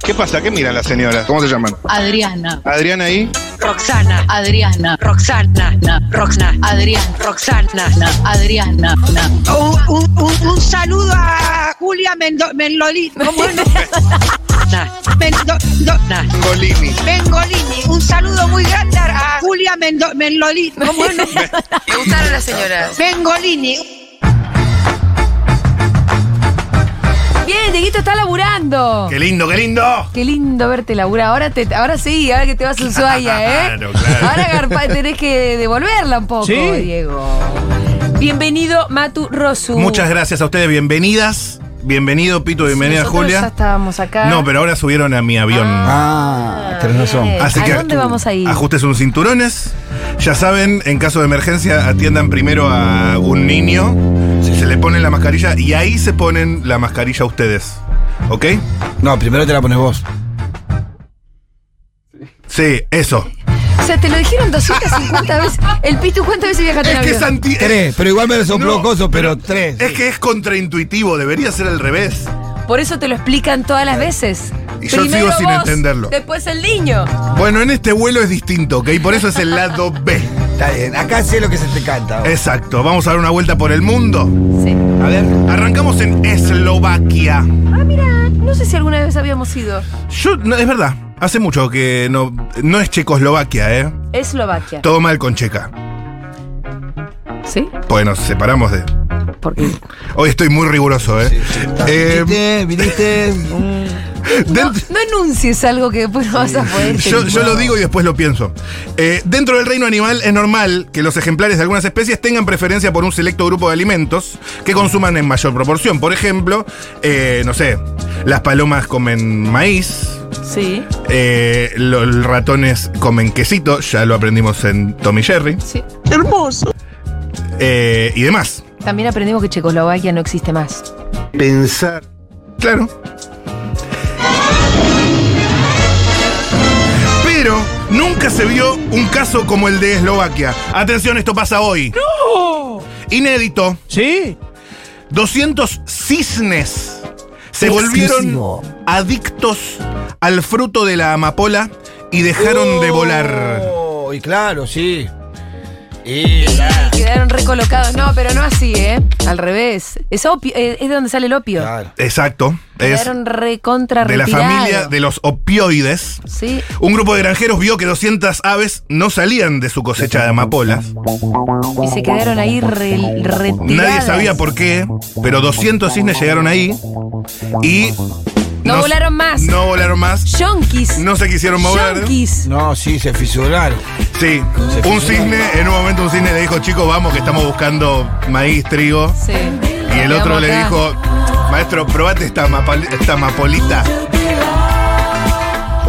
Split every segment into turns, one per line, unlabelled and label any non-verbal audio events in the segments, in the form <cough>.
¿Qué pasa? ¿Qué miran las señoras? ¿Cómo se llaman?
Adriana,
Adriana ahí.
Roxana,
Adriana,
Roxana,
na,
Roxana,
Adriana,
Roxana.
na, Adriana, na.
Un, un- un- un saludo a Julia Mendo- Mendolini. ¿Cómo es? Mendo- do-
Golini.
Mengolini. Un saludo muy grande a Julia Mendo- Mendolini. ¿Cómo
<laughs>
es?
Me gustaron las señoras.
Mengolini.
Bien, Dieguito está laburando.
¡Qué lindo, qué lindo!
Qué lindo verte laburar. Ahora, te, ahora sí, ahora que te vas a Ushuaia, ¿eh?
<laughs> Claro, claro.
Ahora garpa- tenés que devolverla un poco,
Sí.
Diego. Bienvenido, Matu Rosu.
Muchas gracias a ustedes, bienvenidas. Bienvenido, Pito, bienvenida,
Nosotros Ya
Julia.
estábamos acá.
No, pero ahora subieron a mi avión.
Ah, tenés razón.
Bien.
Así
¿A
que
dónde vamos a ir?
Ajustes unos cinturones. Ya saben, en caso de emergencia, atiendan primero a un niño. Si se le ponen la mascarilla y ahí se ponen la mascarilla ustedes. ¿Ok?
No, primero te la pones vos.
Sí, eso.
O sea, te lo dijeron 250 veces. El Pitu, ¿cuántas veces viajaste en
Es que
avión?
es anti.
Tres, pero igual me lo sopló
No,
coso, pero tres.
Es que es contraintuitivo, debería ser al revés.
Por eso te lo explican todas las veces.
Y yo sigo sin entenderlo.
Después el niño.
Bueno, en este vuelo es distinto, ¿ok? Por eso es el lado B.
Está bien, acá sé lo que se te canta. vos.
Exacto, vamos a dar una vuelta por el mundo.
Sí.
A ver, arrancamos en Eslovaquia.
Ah, mira, no sé si alguna vez habíamos ido.
Yo, no, es verdad, hace mucho que no, no es Checoslovaquia, ¿eh?
Eslovaquia.
Todo mal con Checa.
¿Sí?
Pues nos separamos de...
Porque
Hoy estoy muy riguroso, ¿eh? Eh,
Viniste, viniste. mm.
No,
dent-
no enuncies algo que después no vas a poder.
Yo, yo lo digo y después lo pienso. Eh, dentro del reino animal es normal que los ejemplares de algunas especies tengan preferencia por un selecto grupo de alimentos que consuman en mayor proporción. Por ejemplo, eh, no sé, las palomas comen maíz,
Sí,
eh, los ratones comen quesito, ya lo aprendimos en Tommy Jerry,
sí.
Hermoso.
eh, y demás.
También aprendimos que Checoslovaquia no existe más.
Pensar.
Claro. Pero nunca se vio un caso como el de Eslovaquia. Atención, esto pasa hoy. ¡No! Inédito.
<laughs> ¿Sí?
200 cisnes se
Exclusivo.
volvieron adictos al fruto de la amapola y dejaron de volar.
Oh, y claro, sí. Y
Quedaron recolocados. No, pero no así, ¿eh? Al revés. Es, opio, eh, es de donde sale el opio.
claro.
Exacto. Es
Quedaron recontra
de la familia de los opioides.
Sí.
Un grupo de granjeros vio que 200 aves no salían de su cosecha de amapolas.
Y se quedaron ahí re, retiradas.
Nadie sabía por qué, pero 200 cisnes llegaron ahí y...
No volaron más.
No volaron más.
Yonkis.
No se quisieron mover.
Yonkis.
No, sí, se fisuraron.
Sí. Un cisne, en un momento un cisne le dijo, chicos, vamos que estamos buscando maíz, trigo.
Sí.
Y el otro le
Acá.
dijo, maestro, probate esta, mapal- esta mapolita.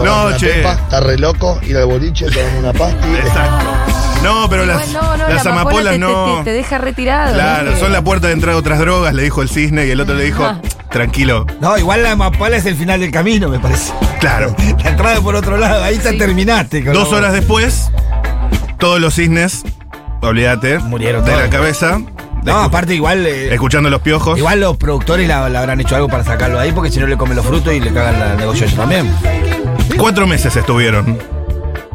No,
una
che.
pepa, está re loco, ir al boliche, tomar una pasti. <laughs>
Exacto. No, pero las,
Bueno, no, no,
las
la amapola
amapolas
te,
no...
Te, te deja retirado.
Claro, son la puerta de entrada a otras drogas, le dijo el cisne, y el otro le dijo,
Ah.
tranquilo.
No, igual la amapola es el final del camino, me parece. <laughs>
Claro.
La entrada por otro lado, ahí te terminaste. con
Dos
la-
horas después, todos los cisnes, olvídate,
Murieron
de la
todos.
cabeza,
No, aparte igual. eh,
escuchando los piojos.
Igual los productores la, la habrán hecho algo para sacarlo ahí, porque si no le comen los frutos y le cagan la- el negocio a ellos también.
Cuatro meses estuvieron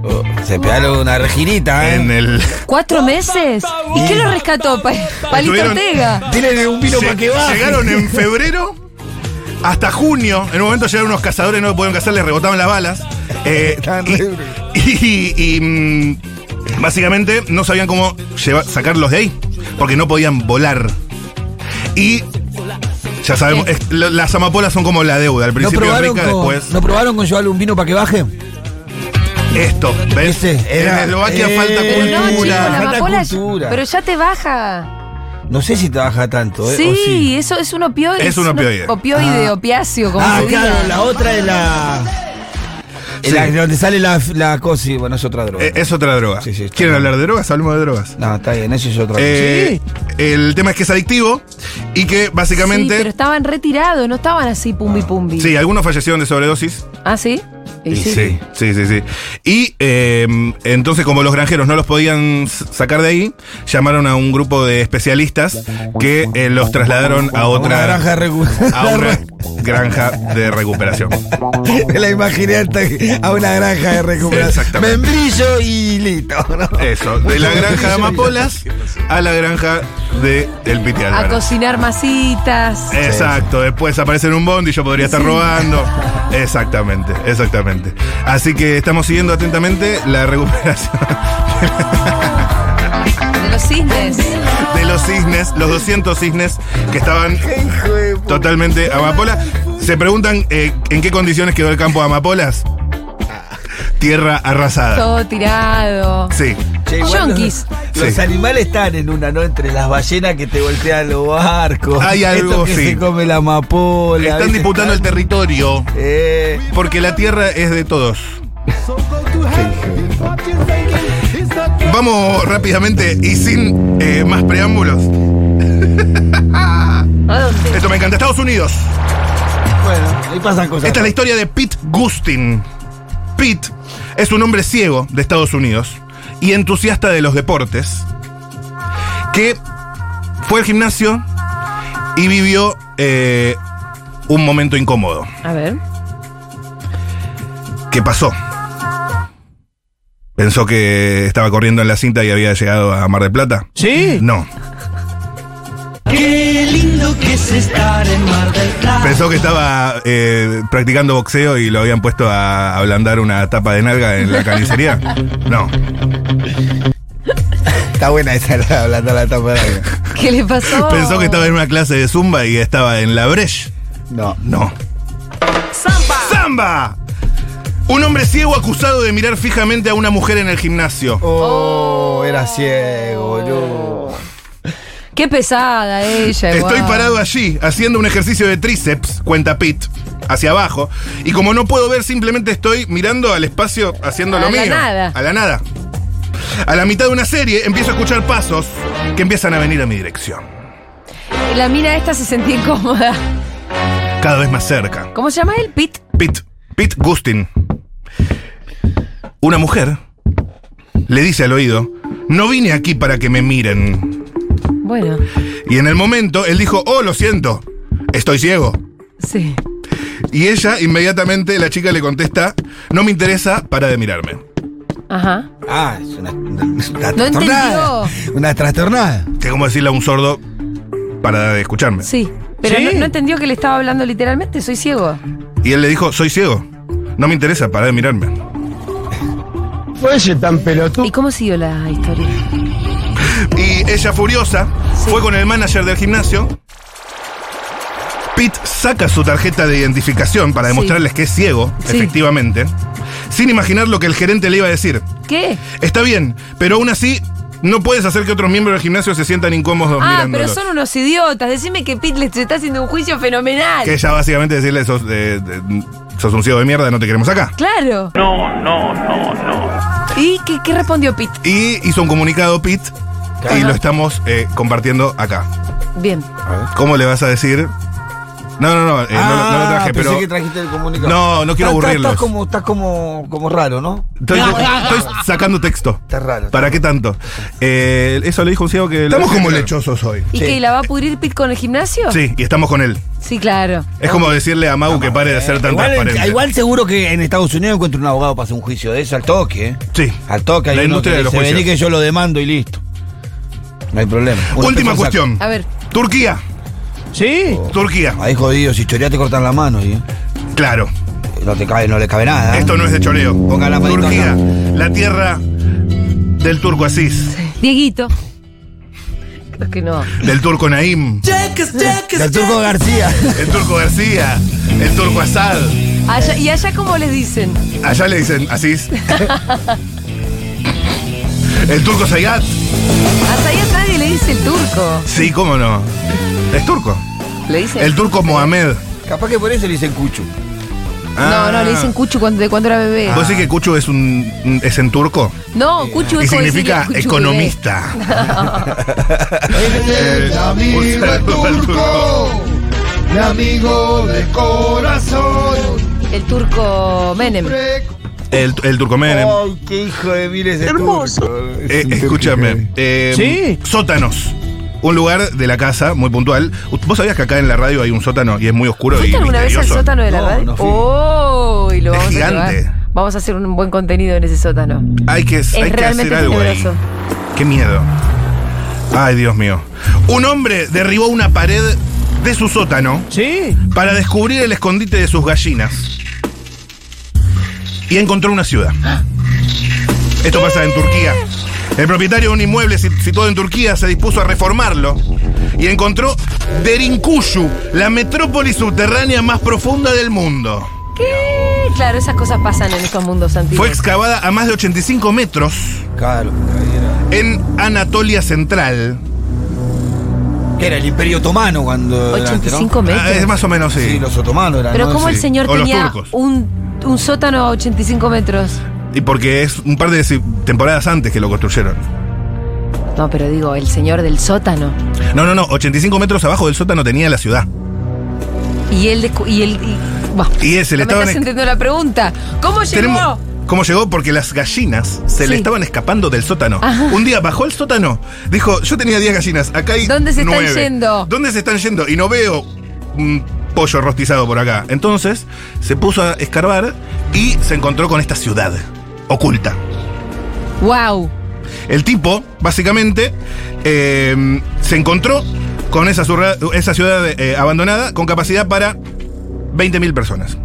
Oh, se pegaron una regirita, ¿eh?
en el...
¿Cuatro meses? ¿Y qué lo rescató? Pa- Palito
Estuvieron-
Ortega.
Tienen un vino
Lle-
para que baje.
Llegaron en febrero hasta junio. En un momento llegaron unos cazadores, no pudieron cazar, les rebotaban las
<laughs>
balas. Eh,
Estaban
y-
re duros.
y, y, mm, básicamente no sabían cómo lleva- sacarlos de ahí, porque no podían volar. Y ya sabemos, es- lo- las amapolas son como la deuda. Al
¿No
principio es
probaron,
rica,
con,
después
¿No probaron con llevarle un vino para que baje?
esto. ¿Ves?
Ese era-
en Eslovaquia
Eh,
falta
Pero no, chico,
cultura.
la
falta
amapola.
cultura.
Pero ya te baja.
No sé si trabaja tanto, ¿eh?
Sí,
O sí.
eso es un opioide.
Es un opioide.
Opioide,
Ah.
opiáceo, como
Ah,
se diga.
claro, la otra es la. es
Sí.
la- donde sale la, la cosa, sí, bueno, es otra droga.
Eh, Es otra droga.
Sí, sí, está
¿Quieren
bien.
hablar de drogas? Hablemos de drogas.
No, está bien, eso es otra cosa.
Eh, El tema es que es adictivo y que
Sí, pero
básicamente.
Ah.
estaban retirados, no estaban así pumbi pumbi.
Sí, algunos fallecieron de sobredosis.
¿Ah, sí? Y sí.
Sí, sí, sí, sí. Y eh, entonces, como los granjeros no los podían s- sacar de ahí, llamaron a un grupo de especialistas que eh, los trasladaron a
Una granja de
otra <laughs> a
<laughs>
una
recuperación.
granja de recuperación.
la imaginé hasta que- a una granja de
<laughs>
recuperación.
Exactamente.
Membrillo y listo. ¿no?
Eso, de
<laughs>
la granja de amapolas a la granja de El Piti
A
Álvarez.
cocinar masitas.
Eh. Exacto, después aparece en un bondi, yo podría estar robando. Exactamente, exactamente. Así que estamos siguiendo atentamente la recuperación <laughs>
De los cisnes.
de los cisnes, los 200 cisnes que estaban
Hijo de puta.
Totalmente amapola. Se preguntan eh, en qué condiciones quedó el campo de amapolas. Tierra arrasada.
Todo tirado.
Sí.
Che, igual
Yonkis.
Los, los
Sí.
animales están en una, ¿no? Entre las ballenas que te voltean los barcos.
Hay algo,
esto que
sí.
se come la amapola.
Están
¿viste?
disputando el territorio
Eh,
porque la tierra es de todos. Vamos rápidamente y sin eh, más preámbulos.
¿A dónde?
Esto me encanta. Estados Unidos.
bueno, ahí pasan cosas.
Esta es la historia de Pete Gustin. Pete es un hombre ciego de Estados Unidos y entusiasta de los deportes que fue al gimnasio y vivió eh, un momento incómodo.
A ver.
¿Qué pasó? Pensó que estaba corriendo en la cinta y había llegado a Mar del Plata.
¿Sí?
No.
Qué lindo que es estar en Mar del Plata.
Pensó que estaba eh, practicando boxeo y lo habían puesto a ablandar una tapa de nalga en la carnicería. No.
Está buena esa la, la, la, la tapa de algo.
¿Qué le pasó?
Pensó que estaba en una clase de zumba y estaba en la breche.
No.
No. ¡Zamba! ¡Zamba! Un hombre ciego acusado de mirar fijamente a una mujer en el gimnasio.
Oh, era ciego, boludo.
Qué pesada ella.
Estoy
guau.
parado allí, haciendo un ejercicio de tríceps, cuenta Pete, hacia abajo. Y como no puedo ver, simplemente estoy mirando al espacio haciendo
A
lo
la
mío.
nada.
A la nada. A la mitad de una serie empiezo a escuchar pasos que empiezan a venir a mi dirección.
La mina esta se sentía incómoda.
Cada vez más cerca.
¿Cómo se llama él? Pit.
Pete, Pete Gustin. Una mujer le dice al oído, no vine aquí para que me miren.
Bueno,
Y en el momento él dijo, oh, lo siento, estoy ciego.
sí.
Y ella inmediatamente, la chica le contesta, no me interesa, para de mirarme.
Ajá.
Ah, es una, una, una
No
trastornada.
entendió.
Una trastornada.
Que como decirle a un sordo, para de escucharme.
Sí. Pero
¿Sí?
No, no entendió que le estaba hablando literalmente. Soy ciego.
Y él le dijo, soy ciego, no me interesa, para de mirarme.
Fue ese tan pelotudo.
¿Y cómo siguió la historia?
Y ella furiosa
Sí.
fue con el manager del gimnasio. Pete saca su tarjeta de identificación para
Sí.
demostrarles que es ciego,
Sí.
efectivamente, sin imaginar lo que el gerente le iba a decir.
¿Qué?
Está bien, pero aún así no puedes hacer que otros miembros del gimnasio se sientan incómodos
Ah,
mirándolo.
pero son unos idiotas. Decime que Pit le se está haciendo un juicio fenomenal.
<laughs> Que ella básicamente decirle, sos, eh, de- sos un ciego de mierda, no te queremos acá.
Claro. No, no, no, no. ¿Y qué, qué respondió Pit?
Y hizo un comunicado Pete y lo estamos eh, compartiendo acá.
Bien.
¿Cómo le vas a decir? No, no, no, eh, no lo- no, lo traje,
Ah, pensé
pero...
que trajiste el comunicado.
No, no quiero
Estás- estás-
aburrirlos.
Estás como, estás como, como raro, ¿no?
Estoy, estoy sacando texto.
Está raro.
¿Para qué tanto? Eh, eso le dijo un ciego que...
Estamos como lechosos hoy.
¿Y
Sí.
que la va a pudrir Pit con el gimnasio?
Sí, y estamos con él.
Sí, claro.
Es como decirle a Mau que pare de ser tan
Eh, igual,
transparente.
igual seguro que en Estados Unidos encuentro un abogado para hacer un juicio de eso al toque, ¿eh?
Sí.
Al toque. hay
La
uno
industria
que
de los
dice,
juicios.
Vení que yo lo demando y listo. No hay problema. Uno
Última
empieza a sacar.
cuestión.
A ver.
Turquía.
¿Sí?
Turquía.
Ahí jodido, si choreás te cortan la mano y eh,
Claro.
no te cabe, no le cabe nada. ¿eh?
Esto no es de choreo.
Ponga la manito
Turquía,
acá.
la tierra del turco Asís,
Dieguito. Creo que no.
del turco Naim,
Del Turco García. <laughs>
el turco García, el turco Asad.
Allá- ¿Y allá cómo les dicen?
Allá le dicen Asís. El turco Sayat.
Hasta allá nadie le dice el turco.
Sí, cómo no. Es turco.
Le dicen.
El turco Mohamed. Ah.
Capaz que por eso le dicen cucho.
No, no, le dicen cuchu cuando, de cuando era bebé.
¿Vos decís que Cucho es un es en turco?
No, cuchu
Y
es como decirle
significa
cuchu bebé.
economista. <laughs>
El amigo
Eh,
turco, mi amigo de corazón.
El turco Menem.
El, el turco Menem.
Ay, qué hijo de miles de
Hermoso.
Eh, escúchame. eh,
¿Sí?
Sótanos. Un lugar de la casa muy puntual. ¿Vos sabías que acá en la radio hay un sótano y es muy oscuro y
¿Fuiste alguna vez al
misterioso?
sótano de la
No,
radio?
no fui.
¡Oh! Y lo
Es
vamos a
gigante.
llevar. Vamos a hacer un buen contenido en ese sótano.
Hay que, hay que
realmente
hacer algo ahí.
tenebroso.
Qué miedo. Ay, Dios mío. Un hombre derribó una pared de su sótano
¿Sí?
para descubrir el escondite de sus gallinas. Y encontró una ciudad. Esto pasa en Turquía. El propietario de un inmueble sit- situado en Turquía se dispuso a reformarlo y encontró Derinkuyu, la metrópoli subterránea más profunda del mundo.
Eh, Claro, esas cosas pasan en estos mundos antiguos.
Fue excavada a más de 85 metros
Claro, ahí era.
en Anatolia Central.
Que era el Imperio Otomano cuando. era antes, ¿no?
85 metros.
Ah, es más o menos, sí.
Sí, los otomanos eran.
Pero
¿no?
¿cómo
Sí.
el señor
O los
tenía
turcos.
un, un sótano a 85 metros?
Y porque es un par de si- temporadas antes que lo construyeron.
No, pero digo, el señor del sótano.
No, no, no, 85 metros abajo del sótano tenía la ciudad.
Y él... descu- Y él y, bah,
Y ese le
no me estás
estaban ex-
entendiendo la pregunta. ¿Cómo llegó?
Tenemos- ¿Cómo llegó? Porque las gallinas se le
Sí.
estaban escapando del sótano.
Ajá.
Un día bajó al sótano, dijo, yo tenía 10 gallinas, acá hay
¿Dónde se están
nueve.
yendo?
¿Dónde se están yendo? Y no veo un pollo rostizado por acá. Entonces se puso a escarbar y se encontró con esta ciudad oculta.
¡Wow!
El tipo, básicamente, eh, se encontró con esa, surra- esa ciudad eh, abandonada con capacidad para 20.000 personas.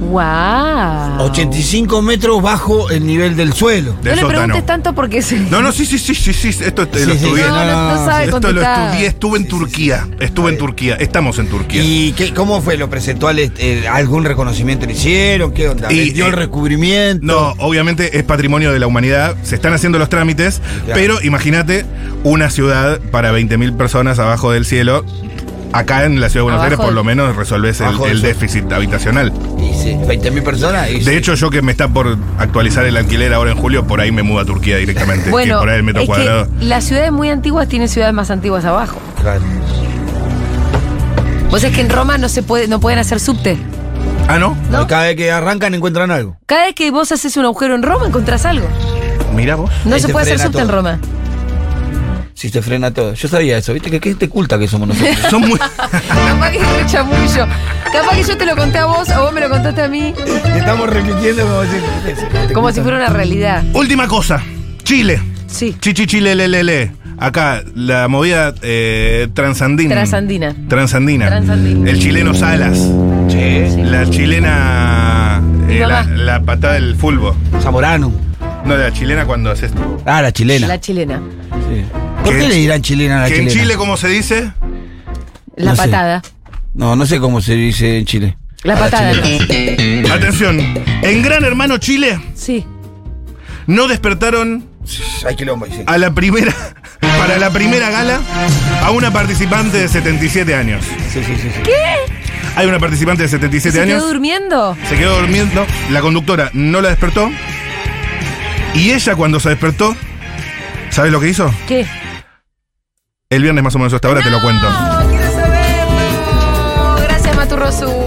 ¡Wow!
Ah. 85 metros bajo el nivel del suelo.
No
Del
le
sótano.
preguntes tanto porque se... <laughs>
No, no, sí, sí, sí, sí, sí. Esto te
Sí,
lo
sí,
estudié.
sí,
No, no, no sabe
Esto lo
contestar.
estudié, estuve en Turquía. Estuve en Turquía. Estamos en Turquía.
¿Y qué, cómo fue? ¿Lo presentó al, este, algún reconocimiento le hicieron? ¿Qué onda?
Y-
¿Dio
eh,
el recubrimiento?
No, obviamente es patrimonio de la humanidad. Se están haciendo los trámites,
Claro.
pero imagínate una ciudad para 20.000 personas abajo del cielo. Acá en la ciudad de Buenos
Abajo
Aires, por
del-
lo menos, resolves el,
Abajo del
el
sol.
déficit habitacional.
Y sí, 20.000 personas. y sí.
De hecho, yo que me está por actualizar el alquiler ahora en julio, por ahí me mudo a Turquía directamente.
<laughs>
que
Bueno,
por ahí el metro
es
cuadrado.
que las ciudades muy antiguas tienen ciudades más antiguas abajo.
Claro.
Vos es que en Roma no se puede, no pueden hacer subte.
Ah, ¿no?
¿No?
Cada vez que arrancan encuentran algo.
Cada vez que vos haces un agujero en Roma encontrás algo.
Mira vos.
No
Ahí
se
se
puede hacer
frena
subte en
<laughs>
todo.
Roma.
Si te frena todo. Yo sabía eso, ¿viste? Que qué te culta que somos nosotros.
Son muy. <laughs>
Capaz que es un chamullo. Capaz que yo te lo conté a vos o vos me lo contaste a mí.
Te <laughs> estamos repitiendo como si, este
Como si fuera una realidad.
Última cosa. Chile.
Sí.
Chichi Chile, le, le, le. Acá, la movida eh, transandina.
Transandina.
Transandina.
Transandina.
El chileno Salas. La chilena. eh,
Mi
la,
mamá.
la patada del fulbo.
Zamorano.
No, la chilena cuando haces.
Ah, la chilena.
La chilena.
Sí. ¿Por
Que-
qué le dirán chilena a la
Que en
chilena?
Chile, ¿cómo se dice?
La
No sé.
patada.
No, no sé cómo se dice en Chile.
La
A
patada.
chilena.
Atención. En Gran Hermano Chile
Sí.
no despertaron
Hay quilombo, ahí, sí.
a la primera. Para la primera gala, a una participante de 77 años.
Sí, sí, sí, sí.
Hay una participante de 77
¿Se
años.
quedó durmiendo?
Se quedó durmiendo, la conductora no la despertó. Y ella cuando se despertó, ¿sabes lo que hizo?
¿Qué?
El viernes más o menos a esta hora te lo cuento.
No, quiero saberlo. Gracias, Maturrosu.